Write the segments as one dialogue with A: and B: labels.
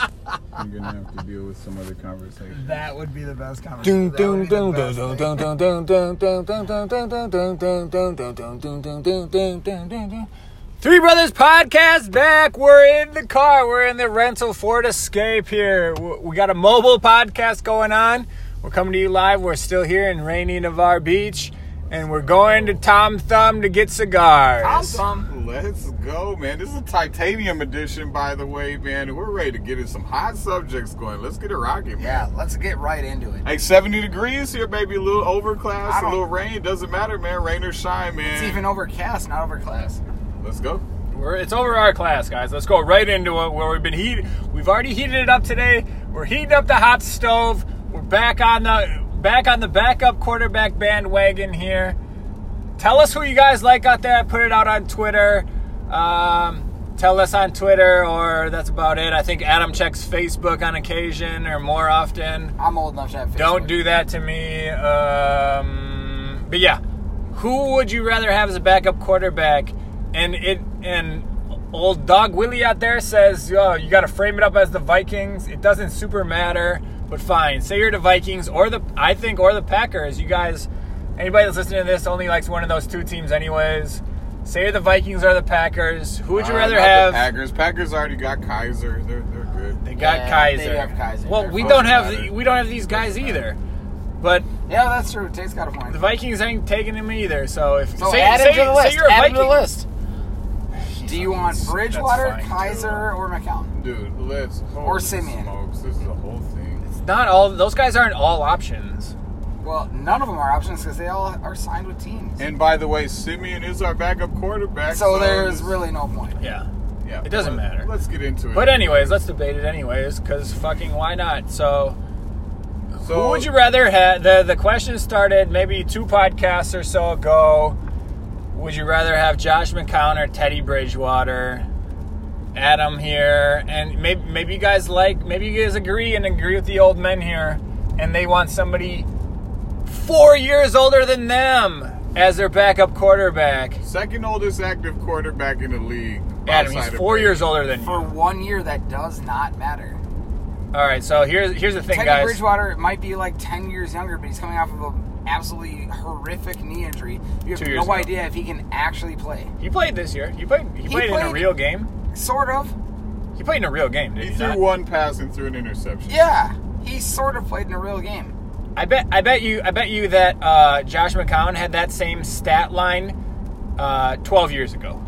A: I'm gonna have to deal with some other conversation.
B: That would be the best conversation.
C: Dun
B: That would
C: dun
B: be the
C: dun dun
B: best
C: dun
B: thing.
C: dun dun dun dun dun dun dun dun dun dun dun dun dun dun dun dun dun dun dun dun dun. Three Brothers Podcast back. We're in the car. We're in the rental Ford Escape here. W- We got a mobile podcast going on. We're coming to you live. We're still here in rainy Navarre Beach, and we're going to Tom Thumb to get cigars.
A: Let's go, man. This is a titanium edition, by the way, man. We're ready to get in some hot subjects going. Let's get it rocking, man.
B: Yeah, let's get right into it.
A: Like 70 degrees here, baby. A little overcast,
B: I
A: a
B: don't-
A: little rain. Doesn't matter, man. Rain or shine, man.
B: It's even overcast, not overclass.
A: Let's go.
C: We're, it's over our class, guys. Let's go right into it. Where we've been heat, we've already heated it up today. We're heating up the hot stove. We're back on the back on the backup quarterback bandwagon here. Tell us who you guys like out there. I put it out on Twitter. Um, tell us on Twitter, or that's about it. I think Adam checks Facebook on occasion or more often.
B: I'm old enough to have.
C: Don't
B: Facebook.
C: do that to me. Um, but yeah, who would you rather have as a backup quarterback? And it and old dog Willie out there says, "Oh, you got to frame it up as the Vikings. It doesn't super matter, but fine. Say you're the Vikings or the I think or the Packers. You guys, anybody that's listening to this only likes one of those two teams, anyways. Say you're the Vikings or the Packers. Who would you
A: Uh,
C: rather
A: not the
C: have?
A: Packers? Packers already got Kaiser. They're, they're good.
C: They got
B: Yeah, they
C: Kaiser.
B: have Kaiser.
C: Well,
B: They're
C: we
A: both
C: don't have
A: better.
C: the, we don't have these guys either, but."
B: Yeah, that's true. Tate's got a point.
C: The Vikings ain't taking him either. So if
B: So Oh, add him to the list.
C: you're a
B: add him to the
C: Viking-
B: list. Do you want
C: That's
B: Bridgewater,
C: fine, too.
B: Kaiser, or McCown?
A: Dude, let's.
B: Or Simeon.
A: Smokes. This is a whole thing.
C: It's not all those guys aren't all options.
B: Well, none of them are options because they all are signed with teams.
A: And by the way, Simeon is our backup quarterback.
B: so there's
A: this-
B: really no point.
C: Yeah.
A: Yeah,
C: It doesn't
A: let's-
C: matter.
A: Let's get into it.
C: But anyways, let's debate it anyways, because fucking why not? So,
A: so,
C: who would you rather have? The the question started maybe two podcasts or so ago. Would you rather have Josh McCown or Teddy Bridgewater? Adam here, and maybe maybe you guys like maybe you guys agree and agree with the old men here, and they want somebody four years older than them as their backup quarterback.
A: Second oldest active quarterback in the league.
C: Adam, he's
A: outside of
C: four
A: Brady.
C: years older than you.
B: For one year, that does not matter.
C: All right, so here's here's the thing,
B: Teddy
C: guys.
B: Bridgewater might be like 10 years younger, but he's coming off of an absolutely horrific knee injury. You have
C: Two
B: no
C: years ago.
B: idea if he can actually play.
C: He played this year. He played. He,
B: He
C: played, in a
B: played-
C: real game.
B: Sort of.
C: He played in a real game. Did
A: He
C: he,
A: threw
C: not?
A: one pass and threw an interception.
B: Yeah, he sort of played in a real game.
C: I bet. I bet you. I bet you that uh, Josh McCown had that same stat line uh, 12 years ago.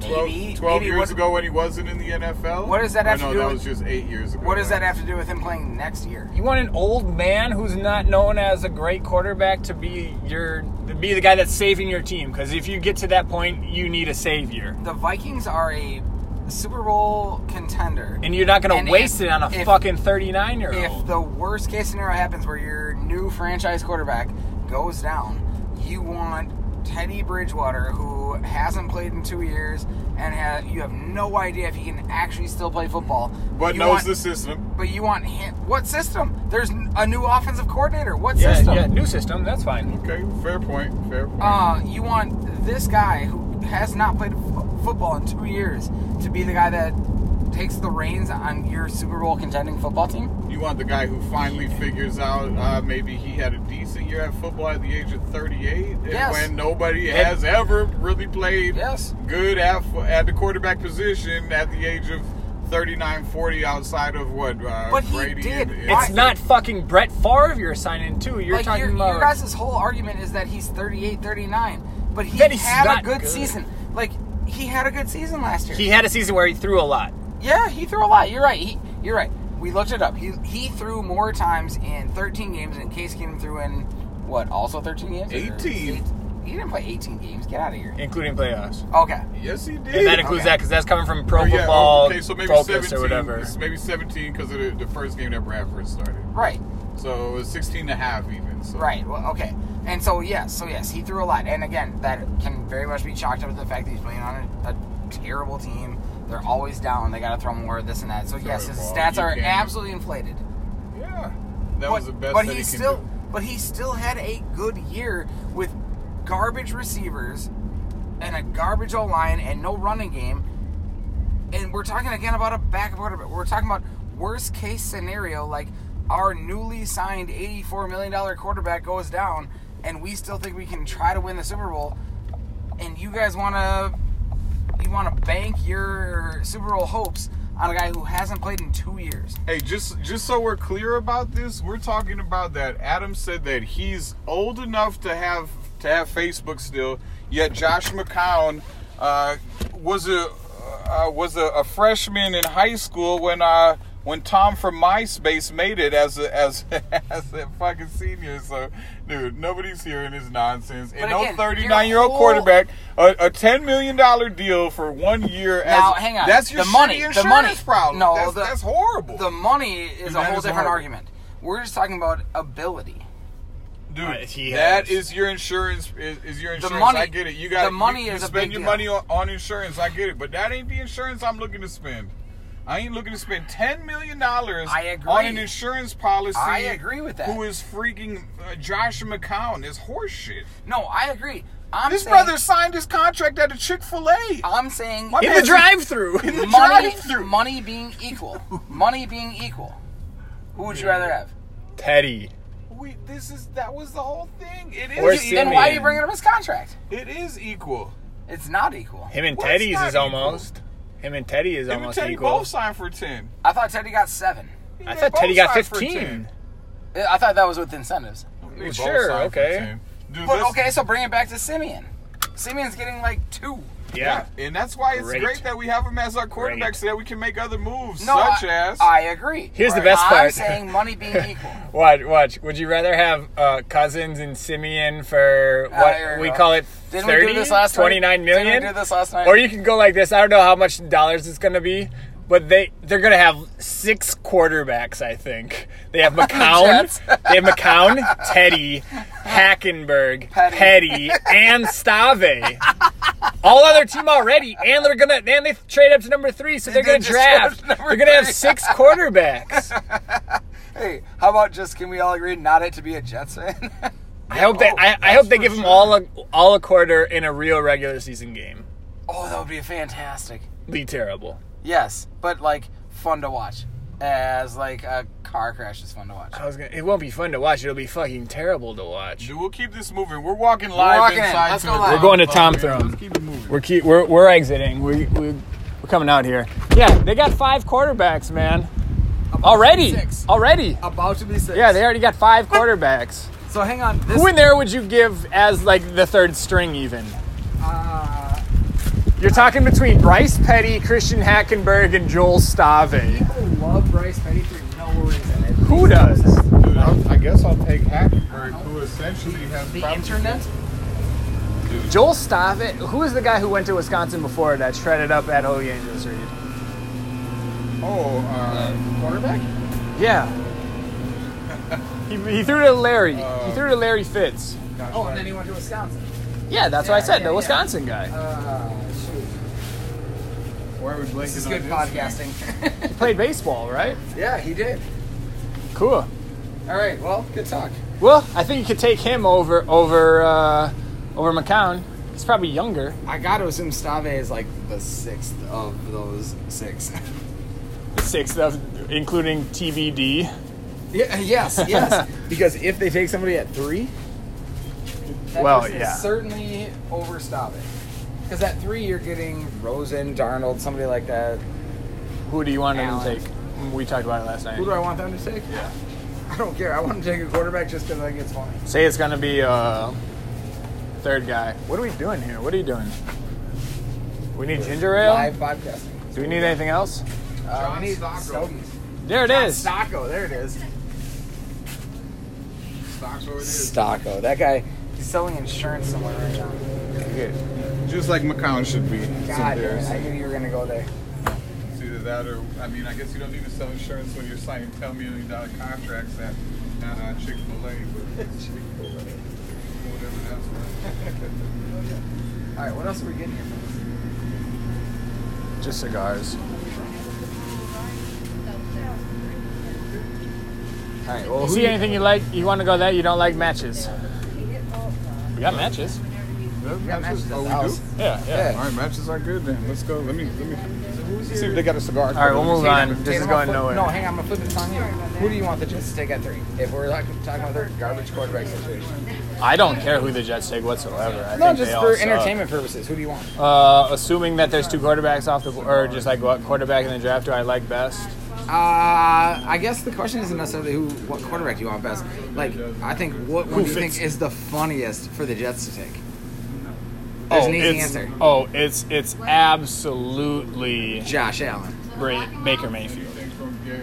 A: 12,
B: Maybe-
A: 12
B: maybe
A: years
B: what-
A: ago when he wasn't in the NFL.
B: What does that
A: Or
B: have to
A: no,
B: do
A: that
B: with-
A: was just eight years ago.
B: What does that have to do with him playing next year?
C: You want an old man who's not known as a great quarterback to be your to be the guy that's saving your team. Because if you get to that point, you need a savior,
B: The Vikings are a Super Bowl contender.
C: and you're not going
B: And
C: to waste
B: if-
C: it on a
B: if-
C: fucking 39 year
B: If
C: old.
B: the worst case scenario happens where your new franchise quarterback goes down, you want Teddy Bridgewater, who hasn't played in two years and ha you have no idea if he can actually still play football.
A: But
B: you
A: knows
B: want,
A: the system.
B: But you want him. What system? There's n- a new offensive coordinator. What
C: yeah,
B: system?
C: yeah, new system. That's fine.
A: Okay, fair point. Fair point.
B: Uh, you want this guy who has not played fo- football in two years to be the guy that takes the reins on your Super Bowl contending football team?
A: you want the guy who finally figures out uh, maybe he had a decent year at football at the age of 38, and
B: Yes.
A: when nobody
C: And-
A: has ever really played
B: Yes.
A: good at, fo- at the quarterback position at the age of 39, 40 outside of what uh,
B: But he
A: Brady
B: did.
A: and- and
C: It's
B: Why-
C: not fucking Brett Favre you're signing to. You're
B: like
C: talking
B: your,
C: about
B: your guys' whole argument is that he's 38, 39, but he
C: That he's
B: had a
C: not
B: good,
C: good.
B: season. Like he had a good season last year.
C: he had a season where he threw a lot.
B: yeah, he threw a lot. You're right. He, you're right. We looked it up. He he threw more times in 13 games, and Case Keenum threw in what? Also 13 games. Or
A: 18.
B: eight- He didn't play 18 games. Get out of here.
C: including playoffs.
B: Okay.
A: Yes, he did.
C: And that includes
B: Okay.
C: that because that's coming from pro
A: Oh, yeah,
C: football
A: okay, so maybe
C: focus
A: 17,
C: or whatever.
A: it's Maybe 17 because of the, the first game that Bradford started.
B: Right.
A: So it was 16 and a half even. So.
B: Right. Well, okay. And so yes, so yes, he threw a lot. And again, that can very much be chalked up to the fact that he's playing on a, a terrible team. They're always down. They got to throw more. This and that. So yes,
A: Throw
B: his
A: the ball.
B: stats
A: You
B: are
A: can-
B: absolutely inflated.
A: Yeah. That was the best
B: But
A: that
B: he
A: he can
B: still,
A: do.
B: but he still had a good year with garbage receivers and a garbage O line and no running game. And we're talking again about a backup quarterback. We're talking about worst case scenario, like our newly signed $84 million quarterback goes down and we still think we can try to win the Super Bowl, and you guys want to you want to bank your Super Bowl hopes on a guy who hasn't played in two years.
A: Hey, just just so we're clear about this, we're talking about that Adam said that he's old enough to have to have Facebook still. Yet Josh McCown uh, was a uh, was a, a freshman in high school when uh when Tom from MySpace made it as a as as a fucking senior. So, dude, nobody's hearing his nonsense. And
B: But
A: no
B: again,
A: thirty nine year
B: your
A: old
B: whole-
A: quarterback, a, a ten million dollar deal for one year.
B: Now,
A: as,
B: hang on.
A: That's your
B: The money,
A: shitty
B: the
A: Insurance
B: money.
A: problem.
B: No,
A: that's,
B: the-
A: that's horrible.
B: The money is
A: Dude,
B: a
A: that
B: whole
A: is
B: different
A: horrible.
B: argument. We're just talking about ability.
A: Dude,
C: Uh, he
A: that
C: has-
A: is your insurance. Is, is your
B: The
A: insurance?
B: money-
A: I get it. You got
B: the money
A: You, you
B: is a
A: spend
B: big
A: your
B: deal.
A: money on, on insurance. I get it, but that ain't the insurance I'm looking to spend. I ain't looking to spend ten million dollars
B: I agree.
A: on an insurance policy.
B: I agree with that.
A: Who is freaking uh, Josh McCown? Is horseshit.
B: No, I agree. I'm
A: This
B: saying, Uh,
A: brother signed his contract at a Chick Fil A.
B: I'm saying
A: My
C: in
A: man-
C: the drive-through.
B: money,
A: drive-thru.
B: money being equal. money being equal. Who would you rather have?
C: Teddy.
A: We, this is that was the whole thing. It
C: Or
A: is. equal.
B: Then
C: Simeon.
B: why are you bringing up his contract?
A: It is equal.
B: It's not equal.
C: Him and
A: What's
C: Teddy's
A: not
C: is
A: equal?
C: almost. Him and Teddy is
A: Him and
C: almost
A: Teddy
C: equal.
A: both signed for ten.
B: I thought Teddy got seven.
C: I
A: They
C: thought
A: both
C: Teddy got
A: signed for
C: 15.
A: 10.
B: I thought that was with incentives.
A: They both
C: Sure,
A: signed for
C: okay.
A: 10. Dude,
B: But
A: let's-
B: okay, so bring it back to Simeon. Simeon's getting like two.
C: Yeah.
A: And that's why it's
C: Great.
A: great, that we have him as our quarterback
C: Great.
A: so that we can make other moves,
B: No,
A: such
B: I,
A: as.
B: I agree.
C: Here's the best
B: I'm
C: part.
B: I'm saying money being equal.
C: Watch, watch. Would you rather have uh, Cousins and Simeon for
B: Ah,
C: what
B: here we
C: we
B: go.
C: call it
B: Didn't
C: 30,
B: we do this last night?
C: 29 million?
B: Didn't we do this last night?
C: Or you can go like this. I don't know how much dollars it's going to be, but they they're going to have six quarterbacks, I think. They have
B: Jets.
C: McCown, they have McCown, Teddy, Hackenberg,
B: Petty.
C: Petty, and Stave. All other team already, and they're gonna and they trade up to number three, so they're
B: They
C: gonna
B: just
C: draft.
B: chose
C: They're
B: number
C: gonna have
B: three.
C: six quarterbacks.
B: hey, how about just can we all agree not it to be a Jets fan?
C: I hope they.
A: Oh,
C: I, I
A: that's
C: hope they
A: for
C: give them
A: sure.
C: all a all a quarter in a real regular season game.
B: oh, that would be fantastic.
C: Be terrible.
B: Yes, but like fun to watch. As like a car crash is fun to watch.
C: I was gonna. It won't be fun to watch. It'll be fucking terrible to watch.
A: Dude, we'll keep this moving. We're walking live
B: walking in.
A: inside.
B: Let's
A: to
B: go
A: the
B: live.
C: We're going to
A: motherfucker.
C: Tom Thumb.
A: Let's keep it moving.
C: We're keep. We're, we're exiting. We we we're coming out here. Yeah, they got five quarterbacks, man. Already.
B: six.
C: Already.
B: About to be six.
C: Yeah, they already got five quarterbacks.
B: So hang on. This
C: Who in there would you give as like the third string even?
B: uh,
C: You're talking between Bryce Petty, Christian Hackenberg, and Joel Stave.
B: people oh, love Bryce Petty for no reason. It
C: Who
B: makes no
C: does?
B: sense.
A: Dude, I'll, I guess I'll take Hackenberg, who essentially has
B: The
A: probably-
B: internet?
A: Dude,
C: Joel Stavitt, who is the guy who went to Wisconsin before that shredded up at Holy Angels Reed?
A: oh, uh, quarterback?
C: Yeah. he, he threw to Larry. he threw to Larry Fitz.
A: Gosh,
B: Oh, and then he went to Wisconsin.
C: Yeah, that's what I
B: Yeah,
C: said.
B: yeah,
C: the
B: yeah.
C: Wisconsin guy.
B: Uh, shoot.
A: why are we blanking
B: This is
A: on
B: good podcasting.
C: He played baseball, right?
B: yeah, he did.
C: Cool.
B: All right. Well, good talk.
C: Well, I think you could take him over over uh, over McCown. He's probably younger.
B: I got to assume Stave is like the sixth of those six.
C: Sixth of including TBD.
B: yeah, uh, yes, yes. because if they take somebody at three, that
C: Well,
B: person is
C: yeah.
B: certainly over Stave. Because at three, you're getting Rosen, Darnold, somebody like that.
C: Who do you want him to
B: Allen.
C: take? We talked about it last night.
B: Who do I want them to take?
C: Yeah.
B: I don't care. I want to take a quarterback just because I think it's funny.
C: Say it's gonna be uh, third guy. What are we doing here? What are you doing? We need ginger ale.
B: Live podcasting.
C: Do we need anything else?
B: Uh, we need
A: John Stocko.
B: Stogies.
C: There it
B: John
C: is.
B: Stocko. There it is.
A: Stocks over there.
B: Stocko. That guy. He's selling insurance somewhere right now.
A: Just like McCown should be.
B: God, damn it,
A: It's
B: I knew you were gonna go there.
A: either that or, I mean, I guess you don't need to sell insurance when you're signing $10 million contracts at uh, Chick fil A, but Chick-fil-A, whatever that's worth.
B: All right, what else are we getting here? From?
C: Just cigars.
B: All right, well,
C: You see anything you like? You want to go there? You don't like matches? We got matches.
A: Yeah,
B: matches at
A: oh,
B: the
A: we
B: house.
A: do?
C: Yeah, yeah.
A: All right, matches are good then. Let's go. Let me, let me.
B: So who's
A: See if they got a cigar.
C: All right, we'll move on.
B: Tatum,
C: This is
B: I'll
C: going
B: flip-
C: nowhere.
B: No, hang on. I'm gonna flip this on you.
D: Sorry about that.
B: Who do you want the Jets to take at three? If we're like, talking about their garbage quarterback situation,
C: I don't care who the Jets take whatsoever. I
B: no,
C: think
B: just
C: they all
B: for
C: suck.
B: entertainment purposes. Who do you want?
C: Uh, assuming that there's two quarterbacks off the bo- or just like what quarterback in the draft do I like best?
B: Uh, I guess the question isn't necessarily who, what quarterback do you want best. Like, I think what one do you
C: fits-
B: think is the funniest for the Jets to take? There's an easy
C: it's,
B: answer.
C: Oh, it's it's absolutely
B: Josh Allen. Ah,
C: Bra- Baker Mayfield.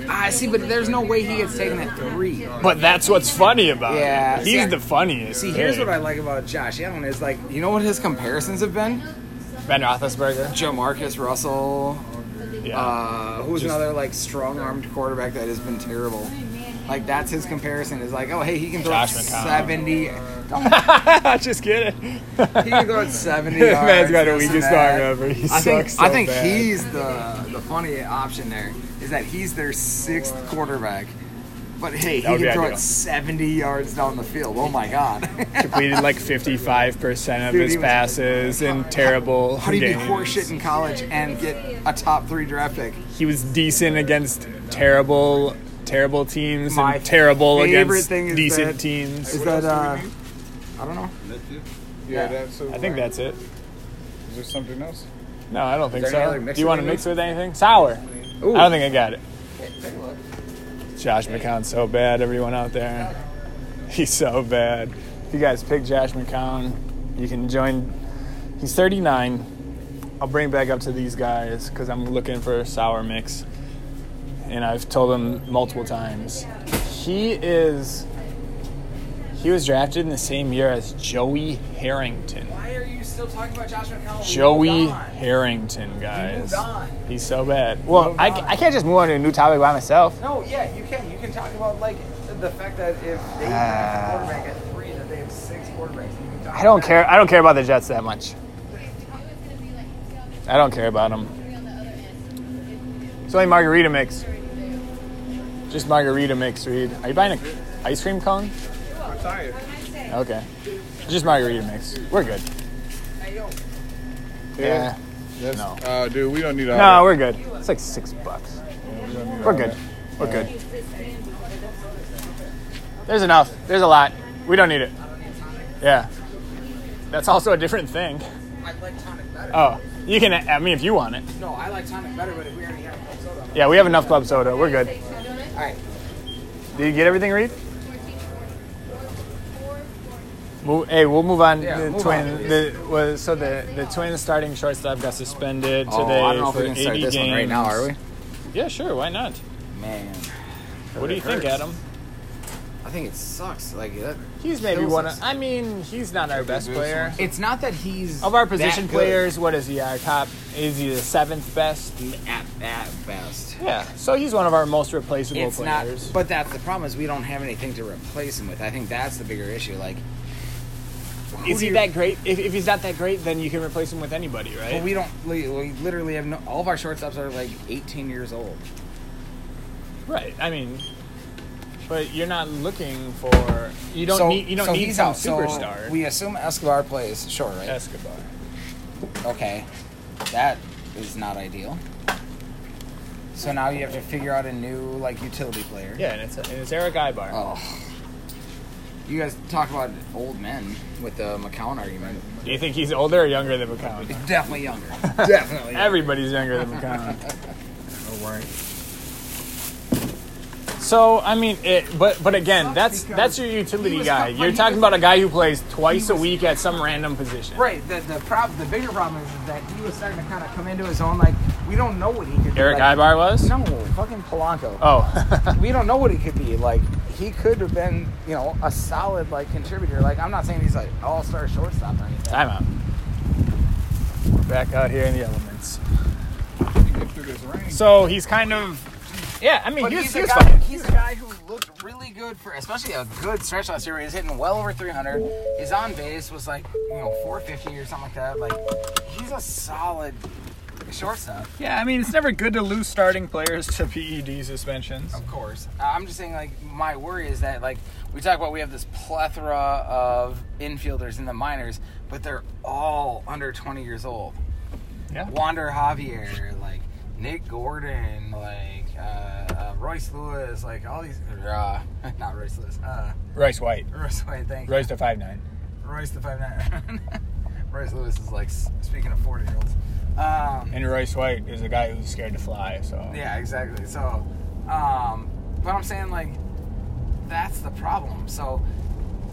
B: I see, but there's no way he gets taken at three.
C: But that's what's funny about
B: Yeah,
C: it.
B: see,
C: He's
B: I-
C: the funniest.
B: See, here's
C: thing.
B: what I like about Josh Allen is like, you know what his comparisons have been?
C: Ben Roethlisberger.
B: Jamarcus Russell.
C: Yeah.
B: Uh, who's
C: Just-
B: another like strong-armed quarterback that has been terrible? Like that's his comparison. Is like, oh hey, he can throw
C: Josh
B: it
C: McCown.
B: seventy. Uh,
C: just kidding.
B: He can throw it seventy.
C: This
B: yards,
C: man's got the
B: this and
C: weakest
B: that.
C: arm ever. He
B: I think
C: sucks so
B: I think
C: bad.
B: he's the the funny option there. Is that he's their sixth quarterback. But hey, he
C: would
B: can
C: be
B: throw
C: ideal.
B: it 70 yards down the field. Oh my God.
C: completed like 55% of
B: Dude,
C: his
B: he was-
C: passes and terrible
B: How do you be
C: games.
B: horseshit in college and get a top three draft pick?
C: He was decent against terrible terrible teams
B: My
C: and terrible
B: favorite
C: against
B: thing is
C: decent
B: that-
C: teams.
B: Is
A: What
B: that, uh,
A: else do we need?
B: I don't know.
A: Yeah,
B: yeah.
A: that's.
C: I think that's it.
A: Is there something else?
C: No, I don't think
B: there any
C: so.
B: other
C: Do
B: mix
C: you want to
B: we
C: mix with anything? Sour.
B: Ooh.
C: I don't think I got it. Josh McCown's so bad, everyone out there. He's so bad. If you guys pick Josh McCown, you can join. He's 39. I'll bring back up to these guys because I'm looking for a sour mix. And I've told him multiple times. He is. He was drafted in the same year as Joey Harrington.
B: Why are you still talking about Josh McCown?
C: Joey Harrington, guys.
B: on.
C: He's so bad. Well, I, I can't just move on to a new topic by myself.
B: No, yeah, you can. You can talk about like the fact that if they
C: Ah.
B: have a quarterback at three, that they have six quarterbacks. You can talk
C: I don't
B: about
C: care. I don't care about the Jets that much. I don't care about them. It's only margarita mix. Just margarita mix, Reed. Are you buying an ice cream cone?
A: I'm tired.
C: Okay. Just margarita mix. We're good. Yeah.
A: That's,
C: No.
A: Uh, dude, we don't need all
C: No, we're good. It's like six bucks. We're good. We're good. There's enough. There's a lot. We don't need it. Yeah. That's also a different thing.
B: it. I like tonic better.
C: Oh, you can. I mean, if you want it.
B: no, I like tonic better, but if we already have Coke soda,
C: Yeah, we have enough club soda. We're good.
B: all right.
C: Did you get everything, Reed? Mo- Hey, we'll move on.
B: Yeah,
C: the
B: move
C: twin,
B: on.
C: The, was, so the the twin starting shortstop got suspended
B: Oh,
C: today for 80 games. Yeah, sure. Why not?
B: Man,
C: What do you think, Adam?
B: I think it sucks. Like that.
C: He's maybe
B: Kills
C: one.
B: us.
C: Of, I mean, he's not our best player.
B: It's not that he's
C: Of our
B: that
C: position
B: good
C: players, what is he? Our top? Is he the seventh best?
B: at at best.
C: Yeah. So he's one of our most replaceable
B: It's not,
C: players.
B: but that's the problem is we don't have anything to replace him with. I think that's the bigger issue. Like, who
C: is
B: do
C: he
B: you-
C: that great? If, if he's not that great, then you can replace him with anybody, right?
B: But we don't. We, we literally have no. All of our shortstops are like 18 years old.
C: Right. I mean, but you're not looking for. You don't need. You don't
B: so
C: need
B: he's
C: some
B: out. So
C: superstar.
B: we assume Escobar plays short, right?
C: Escobar.
B: Okay, that is not ideal. So now you have to figure out a new like utility player.
C: Yeah, and it's and it's Eric Ibar.
B: Oh. You guys talk about old men with the McCown argument.
C: Do you think he's older or younger than McCown?
B: It's definitely younger. definitely. younger.
C: Everybody's younger than McCown.
B: Don't worry.
C: so I mean, it, but but again, that's that's your utility guy. You're talking about a guy who plays twice a week at some random position.
B: Right. The the prob- the bigger problem is that he was starting to kind of come into his own. Like we don't know what he could.
C: Eric
B: do. Like,
C: Ibar was.
B: No, fucking Polanco.
C: Oh,
B: We don't know what he could be. Like he could have been, you know, a solid like contributor. Like I'm not saying he's like all star shortstop or anything.
C: time out. Back out here in the elements. So he's kind of. Yeah, I mean,
B: But
C: he was,
B: he's,
C: he
B: a
C: was
B: guy,
C: fine.
B: he's a guy who looked really good for, especially a good stretch last year. Where he was hitting well over 300. His on base was like, you know, 450 or something like that. Like he's a solid shortstop.
C: Yeah, I mean, it's never good to lose starting players to PED suspensions.
B: Of course. I'm just saying, like, my worry is that, like, we talk about we have this plethora of infielders in the minors, but they're all under 20 years old.
C: Yeah.
B: Wander Javier, like, Nick Gordon, like uh, uh, Royce Lewis, like all these. Uh, not Royce Lewis. Uh,
C: Rice White.
B: Royce White, thank you.
C: Rice to five nine.
B: Royce the five nine. Royce Lewis is like s- speaking of forty year olds. Um,
C: And Rice White is a guy who's scared to fly. So
B: yeah, exactly. So, um, but I'm saying like that's the problem. So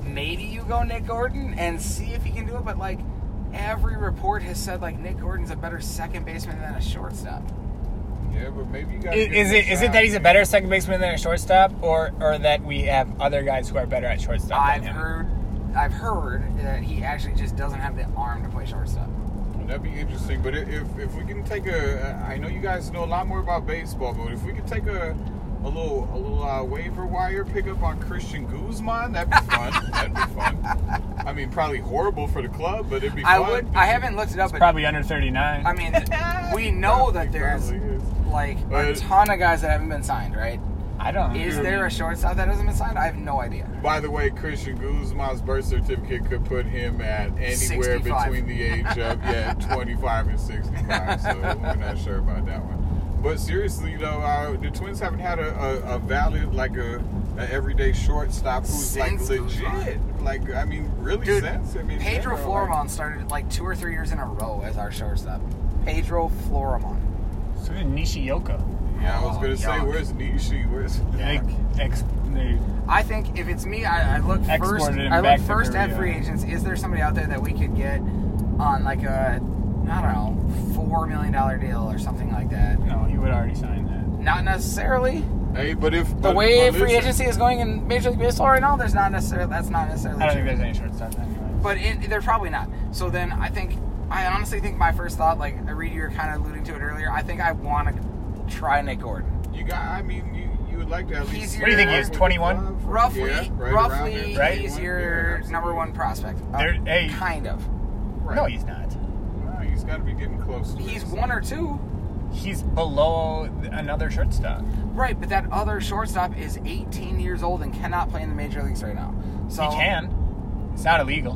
B: maybe you go Nick Gordon and see if he can do it. But like every report has said, like Nick Gordon's a better second baseman than a shortstop.
A: Yeah, but maybe you got.
C: I- Is, it is it that he's a better second baseman than a shortstop, or or that we have other guys who are better at shortstop?
B: I've
C: than him?
B: heard, I've heard that he actually just doesn't have the arm to play shortstop.
A: That'd be interesting. But if if we can take a, I know you guys know a lot more about baseball, but if we could take a. A little, a little uh, waiver wire pickup on Christian Guzman. That'd be fun. That'd be fun. I mean, probably horrible for the club, but it'd be.
B: I
A: fun.
B: would, I haven't looked it up, but
C: Probably under thirty nine.
B: I mean, we know that
A: Probably,
B: there's
A: probably is.
B: like a
A: But-
B: ton of guys that haven't been signed, right?
C: I don't.
B: Is there a shortstop that hasn't been signed? I have no idea.
A: By the way, Christian Guzman's birth certificate could put him at anywhere
B: 65.
A: between the age of yeah, 25 and 65. So we're not sure about that one. But seriously, though, uh, the Twins haven't had a, a, a valid like a, a everyday shortstop who's
B: Since
A: like
B: Guzman.
A: legit. Like I mean, really
B: Dude,
A: since I mean
B: Pedro
A: Pedro
B: Florimon started like two or three years in a row as our shortstop. Pedro Florimon.
C: So is Nishioka.
A: yeah, I was
B: Oh,
A: gonna say,
B: Yuck.
A: where's Nishi? Where's
C: Like, ex, they,
B: I think if it's me, I, I look first.
C: Exported him
B: I
C: back
B: look
C: to
B: first at
C: Korea.
B: free agents. Is there somebody out there that we could get on like a I don't know four million dollar deal or something like that?
C: no, he would already sign that.
B: Not necessarily.
A: hey, but if
B: The
A: but,
B: way
A: but
B: free
A: listen,
B: agency is going in Major League Baseball right now, there's not necessarily that's not necessarily.
C: I don't
B: true.
C: think there's any shortstop anyway.
B: but it, they're probably not. So then I think I honestly think my first thought, like I read you were kind of alluding to it earlier. I think I want to try Nick Gordon.
A: you got. I mean, you, you would like to at least.
B: He's What do you think he
C: is, 21?
B: Roughly,
A: Yeah, right around
B: roughly,
A: there.
C: Right?
B: he's
A: 21,
B: your
A: yeah,
B: number one prospect. Uh,
C: There- hey.
B: kind of.
A: Right.
C: No, he's not.
A: No, he's got to be getting close. To
B: He's
A: it.
B: one or two.
C: He's below th- another shortstop.
B: Right, but that other shortstop is 18 years old and cannot play in the major leagues right now.
C: He
B: So
C: can. It's not illegal.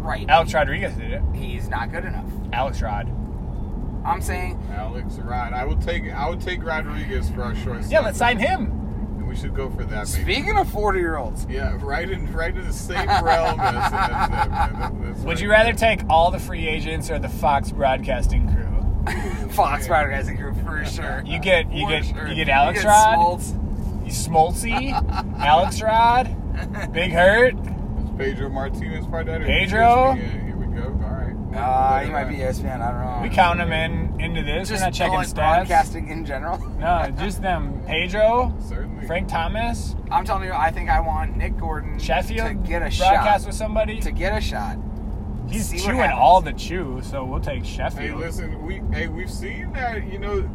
B: Right.
C: Alex Rodriguez did it.
B: He's not good enough.
C: Alex Rod.
B: I'm saying
A: Alex Rod. I would take I would take Rodriguez for our shortstop.
C: Yeah, let's sign him.
A: And we should go for that. Maybe.
B: speaking of 40 year olds,
A: Yeah, right in right in the same realm as, as that. Man. That- that's
C: Would
A: right.
C: you rather take all the free agents or the Fox broadcasting crew?
B: Fox Broadcasting Group for sure.
C: You get you
B: For
C: get
B: sure.
C: you get Alex
B: You get
C: Rod,
B: Smoltz.
C: Smoltzy, Alex Rod, Big Hurt.
A: Is Pedro Martinez part of that? or
C: Pedro?
A: Yeah, here we go. All right.
B: Uh, he might be ESPN. I don't know.
C: We count them in into this.
B: just
C: We're not checking
B: call it
C: stats.
B: broadcasting in general.
C: No, just them. Pedro,
A: Certainly.
C: Frank Thomas,
B: I'm telling you, I think I want Nick Gordon
C: Sheffield.
B: to get a
C: broadcast
B: shot.
C: with somebody.
B: To get a shot.
C: He's
B: see what
C: chewing
B: happens.
C: all the chew, so we'll take
A: Hey,
C: Sheffield.
A: listen. We hey, we've seen that. You know,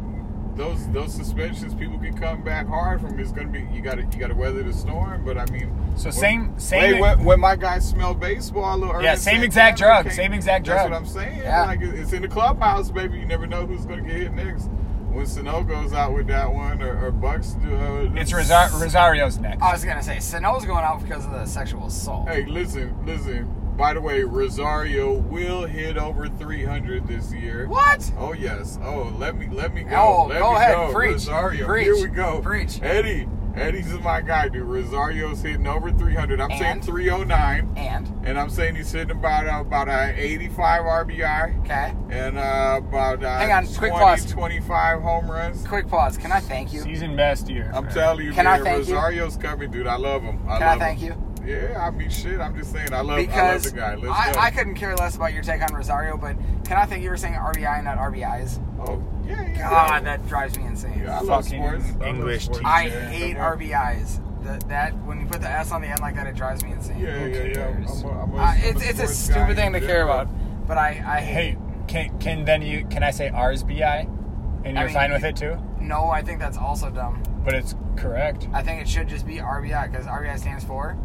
A: those those suspensions people can come back hard from. It's gonna be you got to you got to weather the storm. But I mean,
C: So
A: when-
C: same- same-
A: Hey, when, when my guys smell baseball, a little
C: Yeah,
A: Urban
C: same
A: Santana
C: exact drug,
A: came-
C: same exact
A: That's
C: drug.
A: what I'm saying.
B: Yeah.
A: Like it- it's in the clubhouse, baby. You never know who's gonna get hit next. When Sano goes out with that one, or, or Bucks do. Uh,
C: it's Rosar- Rosario's next.
B: I was gonna say Sano's going out because of the sexual assault.
A: Hey, listen, listen. By the way, Rosario will hit over 300 this year.
B: What?
A: Oh yes. Oh, let me let me go.
B: Oh,
A: let
B: go
A: me
B: ahead.
A: Go.
B: Preach.
A: Rosario.
B: Preach.
A: Here we go.
B: Preach.
A: Eddie. Eddie's is my guy, dude. Rosario's hitting over 300. I'm saying
B: And?
A: 309,
B: And
A: and I'm saying he's hitting about uh, about uh, 85 RBI
B: okay,
A: and uh, about uh,
B: Hang on,
A: 20,
B: quick pause.
A: 25 home runs.
B: quick pause. Can I thank you?
C: Season best year.
A: I'm
C: for-
A: telling you,
B: Can I
A: man,
B: thank you?
A: Rosario's coming, dude. I love him. I
B: Can I
A: love
B: thank
A: him.
B: you?
A: Yeah, I mean, shit. I'm just saying, I love, I love the
B: Because
A: guy. Let's
B: I,
A: go.
B: I couldn't care less about your take on Rosario, but can I thank you for saying RBI and not RBIs?
A: Oh, yeah, yeah. yeah.
B: God, that drives me insane.
A: Yeah, I love
C: Fucking
A: sports. I love
C: English
A: sports.
C: teacher.
B: I hate RBIs. That, that when you put the S on the end like that, it drives me insane.
A: Yeah, yeah, yeah. I'm,
C: cares?
A: a, I'm a,
B: Uh,
A: I'm
B: it's it's a
A: sports guy
B: stupid
A: in
B: thing to care
A: general.
B: about, but I I hate.
C: Hey, can can then you can I say RSBI? And
B: I
C: you're
B: mean,
C: fine
B: you-
C: with it too?
B: No, I think that's also dumb.
C: But it's correct.
B: I think it should just be RBI because RBI stands for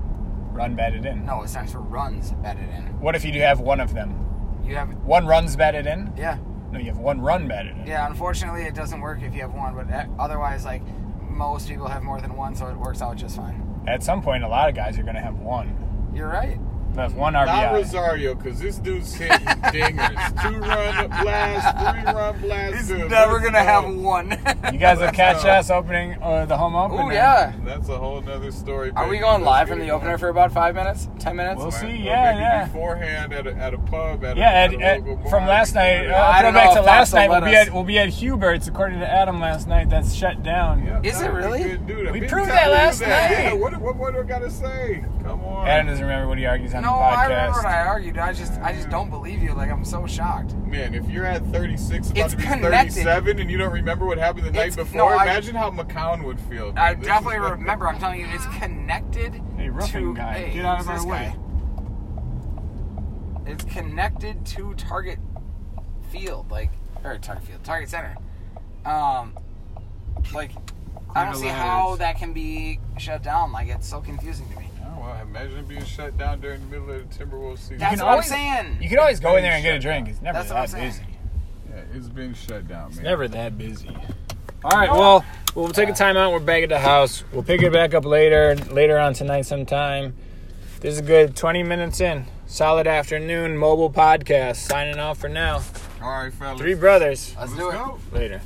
C: Run batted in.
B: no, it stands for runs batted in.
C: What if you do have one of them?
B: You have
C: One run's batted in?
B: yeah.
C: No, you have one run batted in.
B: Yeah, unfortunately, it doesn't work if you have one, but uh, otherwise, like most people have more than one, so it works out just fine.
C: At some point, a lot of guys are going to have one.
B: You're right.
C: That's one
A: Not
C: RBI.
A: Rosario, because this dude's hitting dingers. Two run blast, three run blast.
B: He's
A: dude.
B: never
A: Let's
B: gonna have
A: go.
B: one.
C: you guys will
A: Let's
C: catch
A: go.
C: us opening uh, the home opener.
B: oh yeah.
A: That's a whole nother story.
B: Are we
A: baby.
B: going
A: Let's
B: live
A: get
B: from
A: it
B: the
A: going.
B: opener for about five minutes, ten minutes?
C: We'll see.
A: Or
C: Yeah,
A: maybe
C: yeah.
A: Beforehand at a, at a pub. At
C: Yeah,
A: a, at
C: at,
A: a
C: at,
A: local bar.
C: from last night,
A: Yeah.
C: uh,
B: I don't know
C: throwback
B: if
C: to last
B: Fox will
C: night, we'll
B: let
C: be
B: us.
C: at we'll be at Hubert's according to Adam last night. That's shut down.
A: Yeah,
B: Is
A: no,
B: it
A: we
B: really?
A: could do
C: We
A: Big
C: proved
A: time
C: that
A: we
C: last
A: do that.
C: night.
A: Yeah, what, what, what do I gotta say? Come on.
C: Adam doesn't remember what he argues on
B: No,
C: the
B: I remember what
C: podcast.
B: I argued. I just, I just don't believe you. Like I'm so shocked.
A: Man, if you're at 36, about
B: It's
A: to be
B: connected.
A: 37, and you don't remember what happened the night
B: It's-
A: before,
B: no, I-
A: imagine how McCown would feel.
B: I
A: dude. This
B: definitely
A: is like-
B: remember. I'm telling you, it's connected
C: Hey, roofing
B: to.
C: guy,
B: hey,
C: get out of
B: who's
C: my
B: this
C: way.
B: guy? It's connected to Target Field, like or Target Field, Target Center. Um, like I don't
C: the
B: see
C: letters.
B: how that can be shut down. Like it's so confusing to me.
A: Oh, well, imagine being shut down during the middle of the Timberwolves season.
B: That's
C: can
B: what I'm
C: always-
B: saying.
C: You can always go in there and get a drink. It's never
B: That's what I'm
C: that
B: saying.
C: busy.
A: yeah, it's been shut down, man.
C: Never that busy. All right. Well, we'll take a time out. We're back at the house. We'll pick it back up later, later on tonight sometime. This is a good 20 minutes in. Solid afternoon mobile podcast. Signing off for now.
A: All right, fellas.
C: Three brothers.
B: Let's
A: Let's
B: do it.
A: go.
C: Later.